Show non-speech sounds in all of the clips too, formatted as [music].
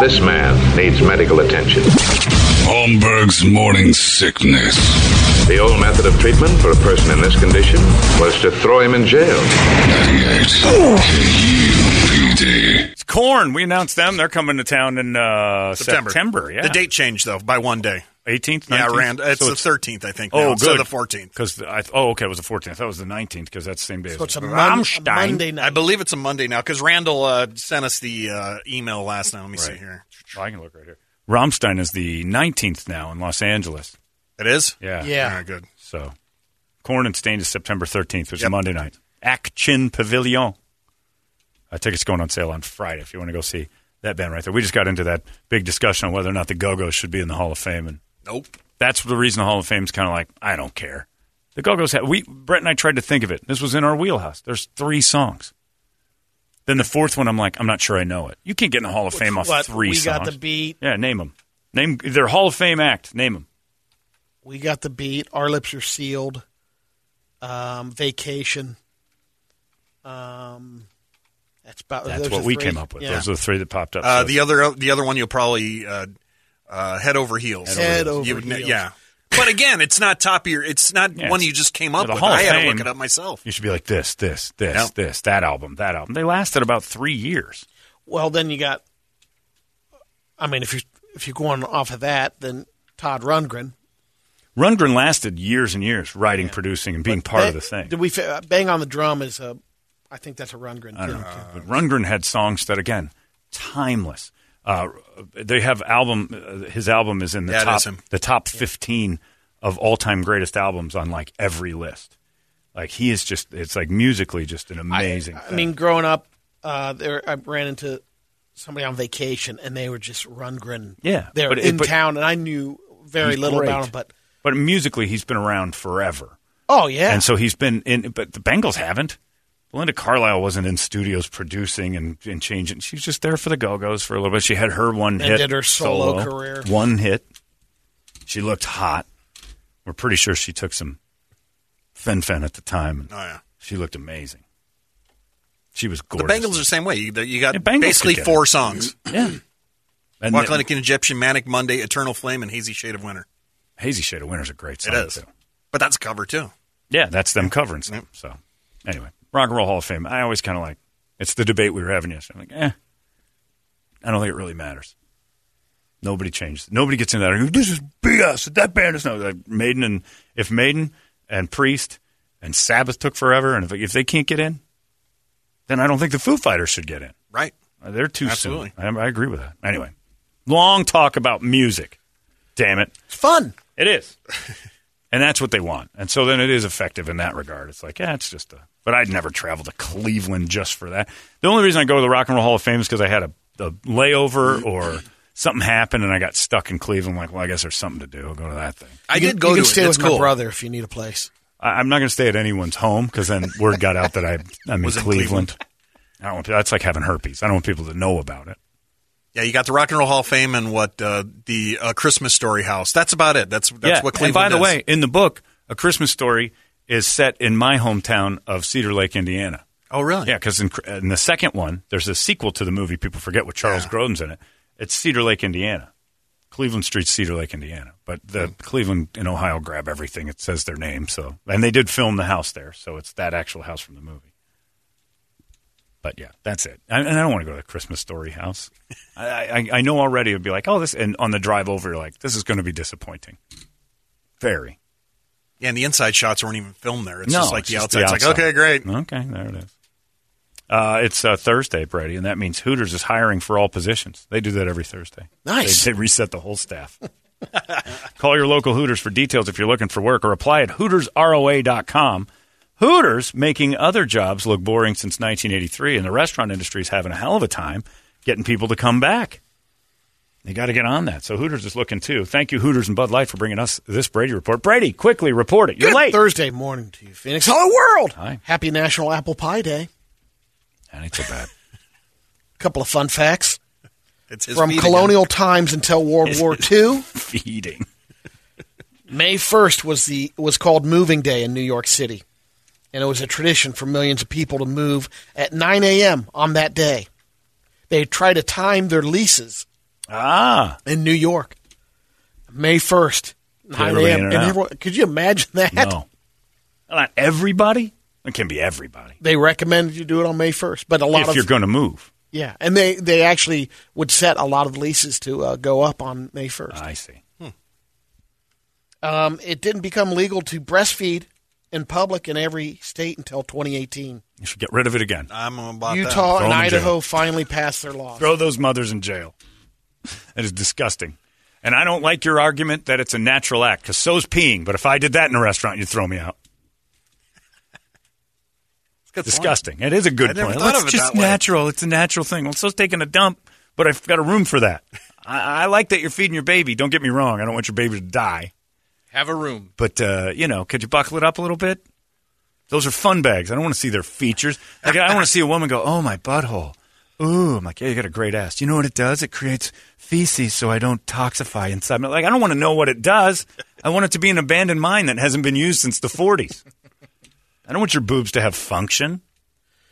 This man needs medical attention. Holmberg's morning sickness. The old method of treatment for a person in this condition was to throw him in jail. 98. KUPD. It's Corn. We announced them. They're coming to town in uh, September. September. yeah. The date changed though by one day. 18th, 19th? Yeah, Rand. It's so the thirteenth, I think. Oh, now, good. So the fourteenth. Because I th- oh, okay, it was the 14th. That was the 19th because that's the same day. as it's a Mon- Rammstein. a Monday night. I believe it's a Monday now because Randall uh, sent us the uh, email last night. Let me see Right. here. Oh, I can look right here. Rammstein is the 19th now in Los Angeles. It is. Yeah. Yeah. All right, good. So Corn and Stain is September 13th, which is Yep. Monday night. Action Pavilion. Uh, tickets going on sale on Friday if you want to go see that band right there. We just got into that big discussion on whether or not the Go Go's should be in the Hall of Fame. And Nope. that's the reason the Hall of Fame's kind of like, I don't care. The Go Go's, had, we, Brett and I tried to think of it. This was in our wheelhouse. There's three songs. Then the fourth one, I'm like, I'm not sure I know it. You can't get in the Hall of Fame off What, three we songs. got the beat. Yeah, name them. Name their Hall of Fame act. Name them. We got the beat. Our lips are sealed. Um, vacation. Um, that's about. That's those what are we three. came up with. Yeah. Those are the three that popped up. Uh, So the other the other one you'll probably uh, uh, head over heels. Head over You would ne- heels. Yeah. But again, it's not top of your. It's not Yeah, one it's- you just came Yeah, up the with. Hall of I had to Fame. look it up myself. You should be like this, this, this, Yep. this, that album, that album. They lasted about three years. Well, then you got. I mean, if you if you're going off of that, then Todd Rundgren. Rundgren lasted years and years writing, producing, and being part Bang- of the thing. Did we fi- uh, bang on the drum? Is a. I think that's a Rundgren. I don't too. know. but Uh, Rundgren had songs that, again, timeless. Uh, they have album. Uh, his album is in the Yeah, it top is him. the top fifteen of all time greatest albums on like every list. Like he is just it's like musically just an amazing. I thing. mean, growing up, uh, there I ran into somebody on vacation, and they were just Rundgren. Yeah, they were but it- in but- town, and I knew very He's little great. about them. But but musically he's been around forever. oh yeah, And so he's been in, but the Bengals haven't. Belinda Carlisle wasn't in studios producing and, and changing. She was just there for the Go Go's for a little bit. She had her one And hit. did her solo career. One hit. She looked hot. We're pretty sure she took some Fen Fen at the time. And Oh yeah. She looked amazing. She was The gorgeous. Bengals are the same way. You, you got Yeah, Bengals basically could get four songs: [clears throat] Yeah. And "Walk then- Like an Egyptian," "Manic Monday," "Eternal Flame," and "Hazy Shade of Winter." Hazy Shade of Winter's a great song. It is. too. But that's a cover too. Yeah, that's them covering stuff. So, anyway, Rock and Roll Hall of Fame. I always kind of like it's the debate we were having yesterday. I'm like, eh, I don't think it really matters. Nobody changes. Nobody gets in that. This is BS. That band is not like Maiden and if Maiden and Priest and Sabbath took forever, and if, if they can't get in, then I don't think the Foo Fighters should get in. Right. Uh, They're too Absolutely. soon. I, I agree with that. Anyway, long talk about music. Damn it. it's fun. It is. [laughs] and that's what they want. And so then it is effective in that regard. It's like, yeah, it's just a. But I'd never travel to Cleveland just for that. The only reason I go to the Rock and Roll Hall of Fame is because I had a, a layover or something happened and I got stuck in Cleveland. Like, well, I guess there's something to do. I'll go to that thing. I you did can, go you to can stay it. with It's cool. my brother if you need a place. I, I'm not going to stay at anyone's home because then word got out that I, I'm in Was in Cleveland. I don't want, that's like having herpes. I don't want people to know about it. Yeah, you got the Rock and Roll Hall of Fame and what uh, the uh, Christmas Story House. That's about it. That's that's what Cleveland. And by the is. way, in the book, A Christmas Story is set in my hometown of Cedar Lake, Indiana. oh really? Yeah, because in, in the second one, there's a sequel to the movie. People forget what Charles Grodin's in it. It's Cedar Lake, Indiana. Cleveland Street, Cedar Lake, Indiana. But the Cleveland and Ohio grab everything. It says their name. So, and they did film the house there, so it's that actual house from the movie. But yeah, that's it. I, and I don't want to go to the Christmas Story house. I, I, I know already. It'd be like, oh, this. And on the drive over, you're like, this is going to be disappointing. Very. Yeah, and the inside shots weren't even filmed there. It's No, just like it's the, just outside. the It's like outside. okay, great. Okay, there it is. Uh, it's uh, Thursday, Brady, and that means Hooters is hiring for all positions. They do that every Thursday. Nice. They, they reset the whole staff. [laughs] Call your local Hooters for details if you're looking for work or apply at HootersROA.com. Hooters making other jobs look boring since 1983, and the restaurant industry is having a hell of a time getting people to come back. They got to get on that. So Hooters is looking too. Thank you, Hooters and Bud Light, for bringing us this Brady report. Brady, quickly report it. You're Good late. Thursday morning to you, Phoenix. Hello, world. Hi. Happy National Apple Pie Day. That ain't so bad. couple of fun facts It's his from feet colonial times until World War II. Feeding. May 1st was the was called Moving Day in New York City, and it was a tradition for millions of people to move at 9 a.m. on that day. They try to time their leases Ah, in New York. May 1st, 9 everybody in a.m. and And out. everyone, could you imagine that? no. Not everybody. It can be everybody. They recommended you do it on May 1st, but a lot if of you're going to move. yeah, and they they actually would set a lot of leases to uh, go up on May 1st. I see. Um, it didn't become legal to breastfeed in public in every state until 2018. You should get rid of it again. I'm about Utah Throw and them in jail. Idaho finally passed their laws. Throw those mothers in jail. That is disgusting. And I don't like your argument that it's a natural act because so's peeing. But if I did that in a restaurant, you'd throw me out. That. Disgusting. It is a good I never point. thought It's of it just that way. natural. It's a natural thing. Well, so's taking a dump, but I've got a room for that. [laughs] I, I like that you're feeding your baby. Don't get me wrong. I don't want your baby to die. Have a room. But uh, you know, could you buckle it up a little bit? Those are fun bags. I don't want to see their features. Like I don't want to see a woman go, "Oh my butthole." Ooh, I'm like, yeah, you got a great ass. You know what it does? It creates feces, so I don't toxify inside. me. Like I don't want to know what it does. I want it to be an abandoned mine that hasn't been used since the 40s. I don't want your boobs to have function.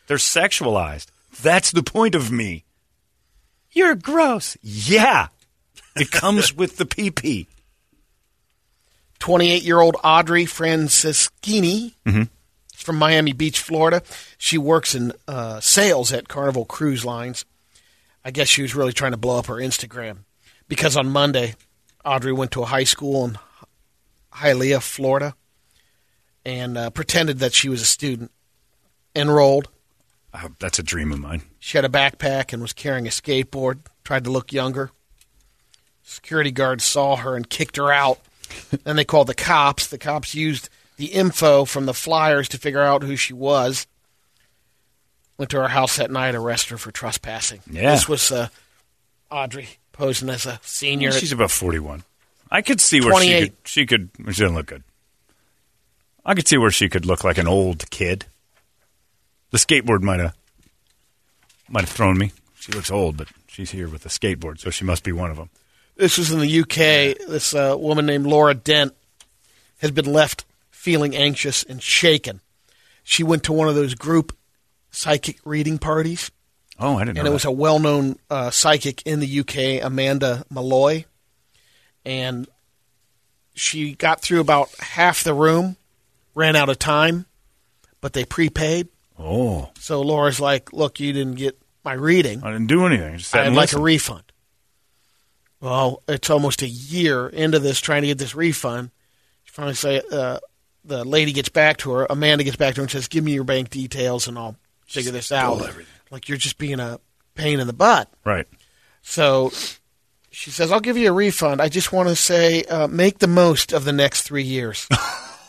They're sexualized. That's the point of me. You're gross. Yeah. It comes with the pee pee. 28 year old Audrey Francischini Mm-hmm. from Miami Beach, Florida. She works in uh, sales at Carnival Cruise Lines. I guess she was really trying to blow up her Instagram because on Monday, Audrey went to a high school in Hialeah, Florida, and uh, pretended that she was a student. Enrolled, Oh, that's a dream of mine. She had a backpack and was carrying a skateboard, tried to look younger. Security guards saw her and kicked her out. then they called the cops. The cops used the info from the flyers to figure out who she was. Went to her house that night, arrested her for trespassing. Yeah. This was uh, Audrey posing as a senior. She's about 41. I could see where she 28. could, she could. She doesn't look good. I could see where she could look like an old kid. The skateboard might have might have thrown me. She looks old, but she's here with a skateboard, so she must be one of them. This was in the UK. This uh, woman named Laura Dent has been left feeling anxious and shaken. She went to one of those group psychic reading parties, Oh, I didn't know. and it was a well known uh, psychic in the UK, Amanda Malloy. And she got through about half the room, ran out of time, but they prepaid. oh, So Laura's like, Look, you didn't get my reading. I didn't do anything. I just sat I'd and like a listened. refund. Well, it's almost a year into this trying to get this refund. She finally say uh, the lady gets back to her. Amanda gets back to her and says, "Give me your bank details and I'll figure this out." Like you're just being a pain in the butt. right. So she says, "I'll give you a refund. I just want to say, uh, make the most of the next three years."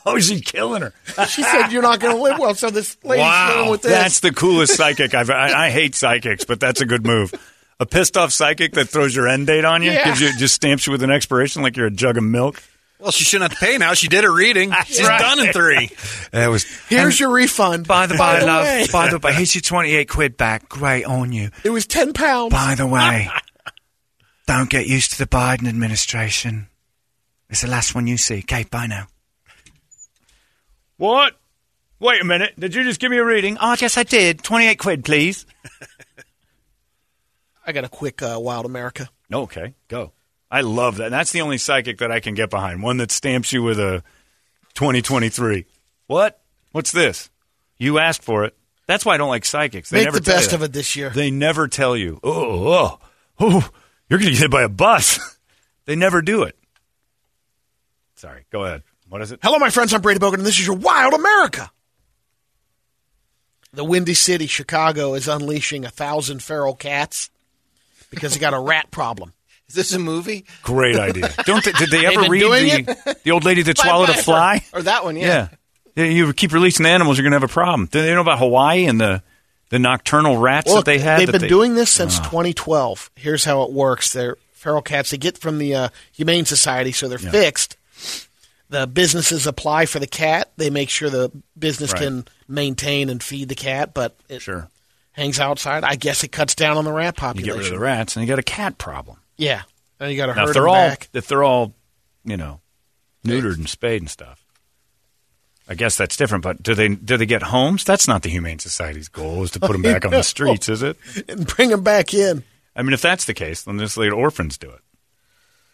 Oh, she's killing [laughs] her. she said, "You're not going to live well." So this lady's living with this. that's the coolest psychic I've. I, I hate psychics, but that's a good move. A pissed off psychic that throws your end date on you, Yeah. gives you just stamps you with an expiration like you're a jug of milk. Well, she shouldn't have to pay now. She did her [laughs] reading. She's Right. done [laughs] in three. That was Here's your refund. By the by, the love. way. By the by, here's your twenty-eight quid back. Great on you. It was ten pounds. By the [laughs] way, don't get used to the Biden administration. It's the last one you see. Okay, bye now. What? Wait a minute. Did you just give me a reading? Oh, yes, I did. Twenty-eight quid, please. I got a quick uh, Wild America. Okay, go. I love that. That's the only psychic that I can get behind. One that stamps you with a 2023. What? What's this? You asked for it. That's why I don't like psychics. They Make never the tell you best that. of it this year. They never tell you, oh, oh, oh you're going to get hit by a bus. [laughs] they never do it. Sorry, go ahead. What is it? Hello, my friends. I'm Brady Bogan, and this is your Wild America. The Windy City, Chicago, is unleashing a thousand feral cats because they got a rat problem. Is this a movie? Great [laughs] idea. Don't they, did they ever been read doing the, the old lady that swallowed a fly? [laughs] Or that one, yeah. Yeah. You keep releasing animals, you're going to have a problem. Do they know about Hawaii and the The nocturnal rats Look, that they had. They've that been they- doing this since 2012. Here's how it works: they're feral cats. They get from the uh, Humane Society, so they're fixed. The businesses apply for the cat. They make sure the business Right. can maintain and feed the cat, but it Sure. hangs outside. I guess it cuts down on the rat You population. get rid of the rats, and you got a cat problem. Yeah, and you got to Now, herd if they're them all back. if they're all, you know, neutered and spayed and stuff, I guess that's different. But do they do they get homes? That's not the Humane Society's goal is to put them back on No. the streets, is it? and bring them back in. I mean, if that's the case, then just let orphans do it.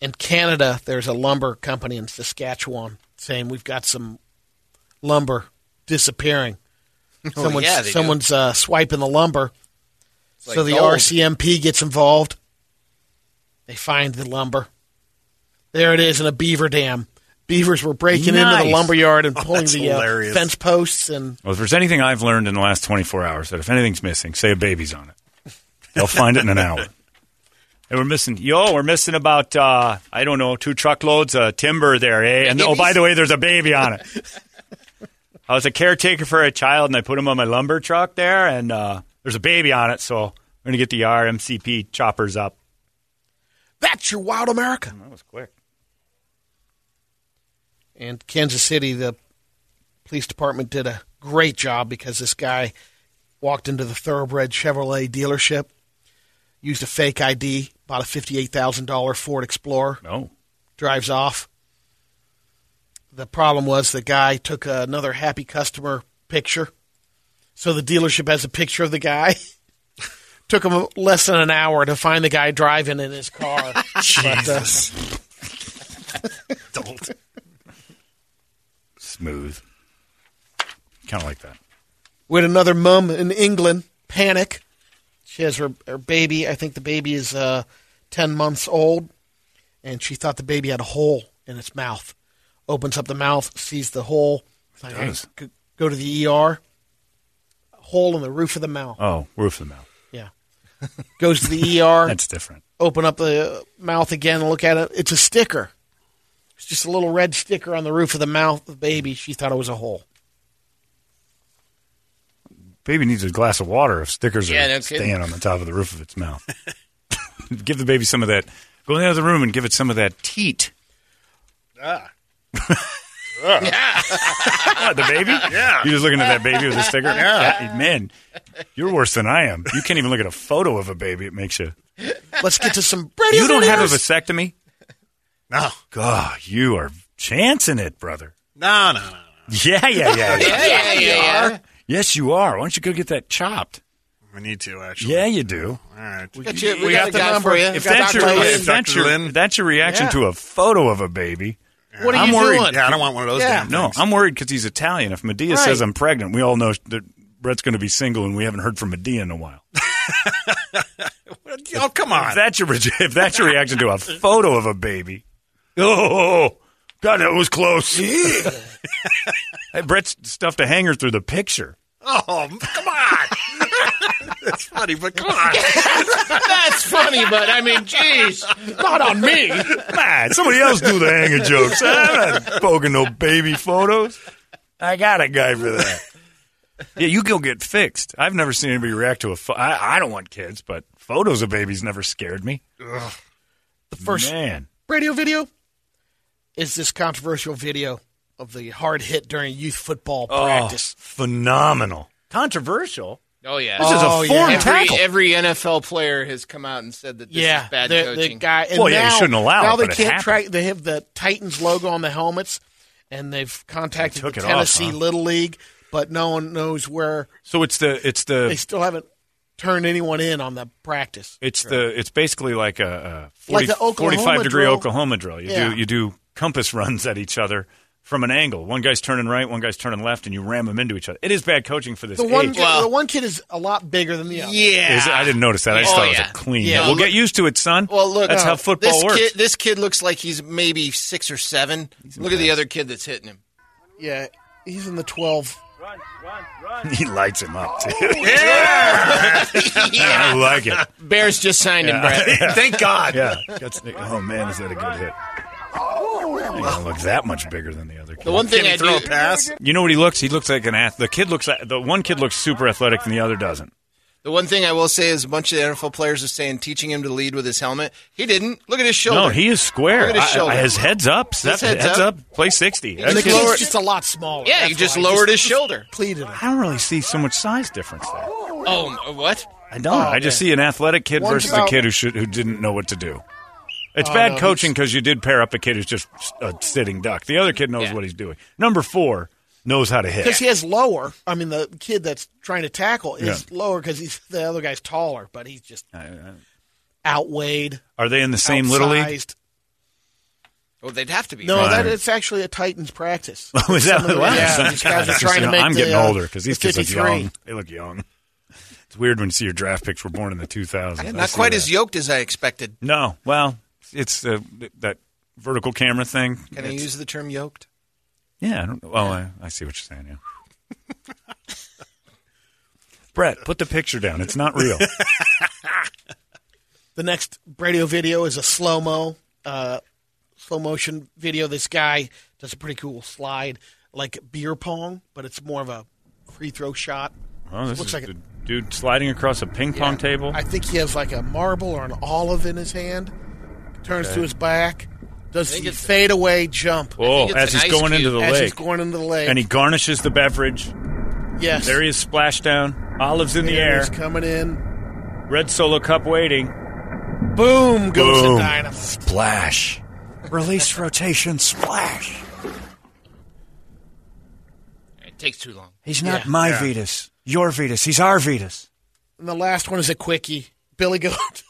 in Canada, there's a lumber company in Saskatchewan saying we've got some lumber [laughs] disappearing. Someone's, yeah, they do. someone's uh, swiping the lumber. so like the gold. RCMP gets involved. They find the lumber. There it is in a beaver dam. Beavers were breaking into Nice. the lumber yard and Oh, pulling that's the uh, hilarious. fence posts and Well, if there's anything I've learned in the last 24 hours, that if anything's missing, say a baby's on it. They'll find it in an [laughs] hour. And we're missing, yo, we're missing about, uh, I don't know, two truckloads of timber there, eh? And oh, by the way, there's a baby on [laughs] it. I was a caretaker for a child, and I put him on my lumber truck there, and uh, there's a baby on it, so we're going to get the RMCP choppers up. that's your wild America. That was quick. And Kansas City, the police department did a great job because this guy walked into the thoroughbred Chevrolet dealership, used a fake ID, bought a fifty-eight thousand dollar Ford Explorer, No. drives off. The problem was the guy took another happy customer picture, so the dealership has a picture of the guy. [laughs] Took him less than an hour to find the guy driving in his car. But, uh, Don't. Smooth. Kind of like that. We had another mum in England panic. She has her, her baby. I think the baby is uh, 10 months old. And she thought the baby had a hole in its mouth. Opens up the mouth, sees the hole. It's like, does. "Go- Go to the ER. Hole in the roof of the mouth. Oh, roof of the mouth. Yeah. Goes to the ER, That's different. open up the mouth again, and look at it. It's a sticker. It's just a little red sticker on the roof of the mouth of the baby. She thought it was a hole. baby needs a glass of water if stickers Yeah, are no kidding. staying on the top of the roof of its mouth. [laughs] give the baby some of that. Go in the other room and give it some of that teat. [laughs] Ah. what, [laughs] the baby? Yeah. You're just looking at that baby with a sticker? Yeah. Man, you're worse than I am. You can't even look at a photo of a baby. It makes you. Let's get to [laughs] some. You don't have a vasectomy? No. God, you are chancing it, brother. No, no, no. Yeah, yeah, yeah. yeah. [laughs] Yeah, yeah, yeah. yes, you are. Why don't you go get that chopped? We need to, actually. Yeah, you do. All right. Got you- We got a the guy number. you. If Got that's Dr. your, Lin. if that's your, Lin. if that's your reaction Yeah. to a photo of a baby. What are I'm you worried. doing? Yeah, I don't want one of those Yeah. damn No, things. I'm worried because he's Italian. If Medea Right. says I'm pregnant, we all know that Brett's going to be single, and we haven't heard from Medea in a while. [laughs] Oh, come If on. that's your re- if that's your reaction [laughs] to a photo of a baby, oh God, that was close. [laughs] hey, Brett's stuffed a hanger through the picture. Oh, come on. [laughs] That's funny, but come on. That's funny, but I mean, jeez. Not on me. Man, somebody else do the hanger jokes. I'm not poking no baby photos. I got a guy for that. Yeah, you go get fixed. I've never seen anybody react to a. Fo- I, I don't want kids, but photos of babies never scared me. The first Man, radio video is this controversial video of the hard hit during youth football practice. phenomenal, controversial. Oh yeah. This Oh, is a yeah. form Every- tackle. every, every NFL player has come out and said that this yeah, is bad the, the coaching. guy. And Well, yeah, you now- shouldn't allow it, Now but it they can't happened. track. They have the Titans logo on the helmets, and they've contacted They took the it off, Tennessee huh? Little League, but no one knows where. so it's the it's They the still haven't turned anyone in on the practice. it's the it's basically like a, a 40, Like the Oklahoma forty-five degree drill. Oklahoma drill. You Yeah. do you do compass runs at each other from an angle. One guy's turning right, one guy's turning left, and you ram them into each other. It is bad coaching for this The one, age. kid, the one kid is a lot bigger than the other. Yeah. Is it? I didn't notice that. I just Oh, thought it yeah. was a clean. Yeah. hit. We'll get used to it, son. Well, look. that's uh, how football this works. Kid, this kid looks like he's maybe six or seven. Look at the other kid that's hitting him. Yeah, he's in the twelve. [laughs] he lights him up too. Oh, [laughs] I like [laughs] it. Bears just signed him, [laughs] Brett. Thank [laughs] God. Yeah. That's- oh man, is that a good hit? He doesn't look that much bigger than the other kid. Oh, The one thing Can I he throw do, a pass? you know what he looks? He looks like an ath. The kid looks. Like, the one kid looks super athletic, and the other doesn't. the one thing I will say is a bunch of the NFL players are saying teaching him to lead with his helmet. He didn't. Look at his shoulder. No, he is square. Look at his I- shoulder. I- his head's up. That's head's head's, up. up. Play sixty. And the That kid- kid's just a lot smaller. Yeah, That's he just why. lowered his shoulder. Pleated him. I don't really see so much size difference there. Oh, m- what? I don't. I just see an athletic kid One versus about- a kid who should, who didn't know what to do. It's bad no, coaching because you did pair up a kid who's just a sitting duck. The other kid knows Yeah. what he's doing. Number four knows how to hit. Because he has lower. I mean, the kid that's trying to tackle is Yeah. lower because he's the other guy's taller, but he's just outweighed. Are they in the same little league? [laughs] outsized. Well, they'd have to be. No, Right. that it's actually a Titans practice. Oh, [laughs] is that what it was? [laughs] Yeah, these guys are God, trying to make I'm the, getting uh, older because these the kids look 53. young. They look young. It's weird when you see your draft picks were born in the 2000s. I Not see quite that. as yoked as I expected. No, well, it's uh, th- that vertical camera thing. Can I It's- use the term yoked? Yeah, I don't know. Well, I, I see what you're saying. Yeah. [laughs] Brett, put the picture down. It's not real. The next radio video is a slow mo, uh, slow motion video. This guy does a pretty cool slide, like beer pong, but it's more of a free throw shot. Oh, this Looks is like the it. dude sliding across a ping pong table. I think he has like a marble or an olive in his hand. Turns to his back, does the fadeaway jump oh, it's as an he's ice going cube. into the as lake, he's going into the lake. and he garnishes the beverage. yes, There he is, splashdown, olives in the There air, he's coming in. red solo cup waiting. Boom goes Boom. the dynamite. Splash, release rotation, splash. It takes too long. He's not Yeah. my Vetus, your Vetus. He's our Vetus. And the last one is a quickie. Billy Goat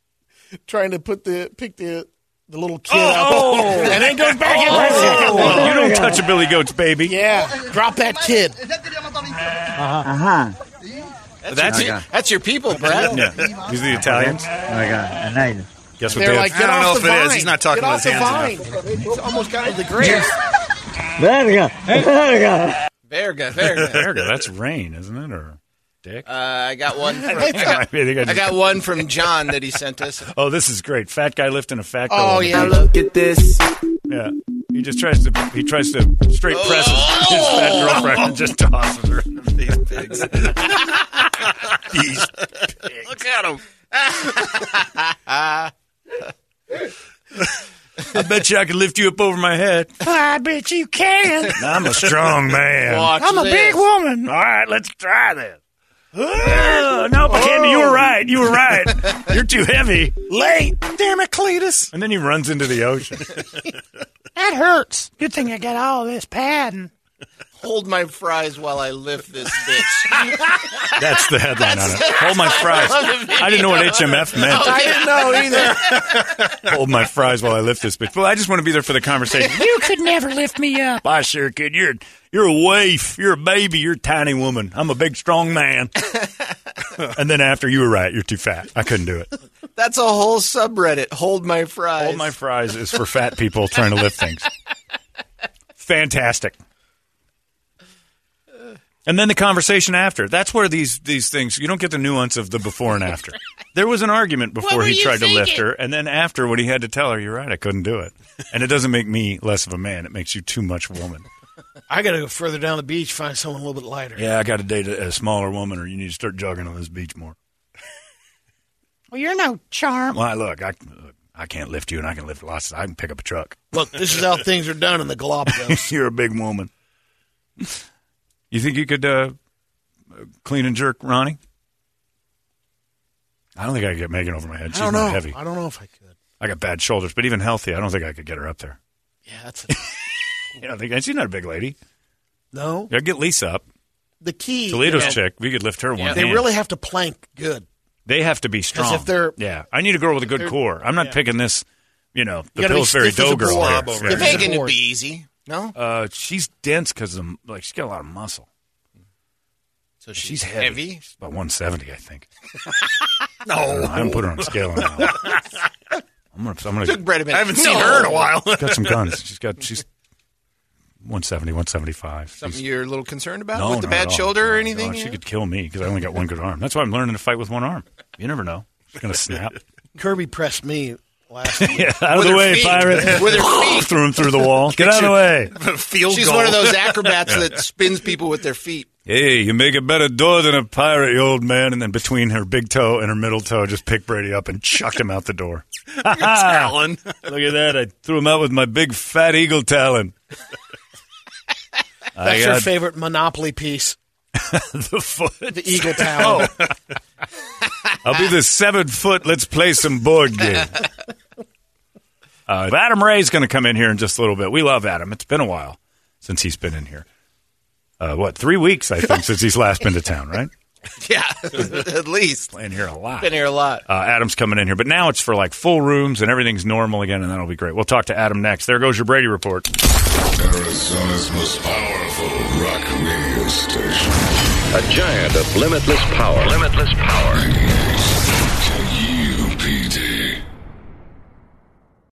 [laughs] trying to put the pick the the little kid up. Oh, and then goes back in. Oh! [laughs] you don't touch a Billy Goat's baby. Yeah, drop that kid. That's, your, that's your people, [laughs] Brett. Yeah. These are the Italians. Guess what They're they like, have? get I don't off know the if it vine. is. He's not talking get with off his hands the vine. He's almost got it with the grace. Verga, Verga. [laughs] There we go. That's rain, isn't it? Or dick? Uh, I got one. [laughs] From, [laughs] I, I got, think I I just- got one from John that he sent us. Oh, this is great. Fat guy lifting a fat girl. Oh on the yeah, beach. look. Yeah. He just tries to he tries to straight press his, his fat girlfriend and just tosses her. [laughs] These pigs. These pigs. Look at him. [laughs] I bet you I could lift you up over my head. I bet you can. I'm a strong man. Watch I'm a this. big woman. [laughs] All right, let's try this. Oh, no, but Candy, you were right. You were right. [laughs] You're too heavy. Late. Damn it, Cletus. And then he runs into the ocean. that hurts. Good thing I got all this padding. Hold my fries while I lift this bitch. [laughs] That's the headline on it. Hold [laughs] my fries. I didn't know [laughs] what HMF meant. I didn't know [laughs] either. Hold my fries while I lift this bitch. Well, I just want to be there for the conversation. You could never lift me up. I sure could. You're you're a waif. You're a baby. You're a tiny woman. I'm a big strong [laughs] man. and then after you were right, you're too fat. I couldn't do it. That's a whole subreddit. Hold my fries. Hold my fries is for fat people trying to lift things. Fantastic. And then the conversation after. That's where these these things you don't get the nuance of the before and after. There was an argument before were he you tried to lift thinking? her, and then after when he had to tell her, "You're right, I couldn't do it." And it doesn't make me less of a man; it makes you too much woman. I gotta go further down the beach, find someone a little bit lighter. Yeah, I got to date a, a smaller woman, or you need to start jogging on this beach more. Well, you're no charm. Why? Look, I look, I can't lift you, and I can lift lots. I can pick up a truck. Look, this is how things are done in the [laughs] Galapagos. You're a big woman. You think you could uh, clean and jerk Ronnie? I don't think I could get Megan over my head. I She's don't know. not heavy. I don't know if I could. I got bad shoulders, but even healthy, I don't think I could get her up there. Yeah, [laughs] that's You know, I think she's not a big lady. no. I'd get Lisa up. The key. Toledo's you know, chick. We could lift her one. They hand. really have to plank good. They have to be strong. if they're- yeah, I need a girl with a good core. I'm not picking this. You know, the gotta be Pillsbury stiff as Dough a girl. board. here. Stiff as a Yeah. Megan would board. be easy. No? Uh, she's dense because of like she's got a lot of muscle. So She's heavy. heavy. She's about one seventy, I [laughs] think. no, I, don't know. I haven't put her on a scale. In a while. I'm gonna. I'm gonna. Bread a minute. I haven't seen her in a while. [laughs] Got some guns. She's got. She's 170, 175. She's- Something you're a little concerned about No, with the not bad at all. shoulder No, or no, anything? She yeah? could kill me because I only got one good arm. That's why I'm learning to fight with one arm. You never know. She's gonna [laughs] snap. Kirby pressed me last week. yeah, out of With the her way, feet. pirate. [laughs] With her feet. Threw him [laughs] through the wall. Get out of the way. Field She's goal. one of those [laughs] acrobats that spins people with their feet. Hey, you make a better door than a pirate, you old man. And then between her big toe and her middle toe, just pick Brady up and chuck him out the door. Alan. Look at that. I threw him out with my big fat eagle talon. I That's your got favorite Monopoly piece, the foot. the [laughs] Eagle Oh, Tower. I'll be the seven foot. Let's play some board game. Uh, Adam Ray's going to come in here in just a little bit. We love Adam. It's been a while since he's been in here. Uh, what three weeks I think since he's last been to town, right? Yeah, [laughs] at least. Playing here a lot. Been here a lot. Uh, Adam's coming in here, but now it's for like full rooms and everything's normal again, and that'll be great. We'll talk to Adam next. There goes your Brady report. Arizona's most powerful rock radio station. A giant of limitless power. Limitless power.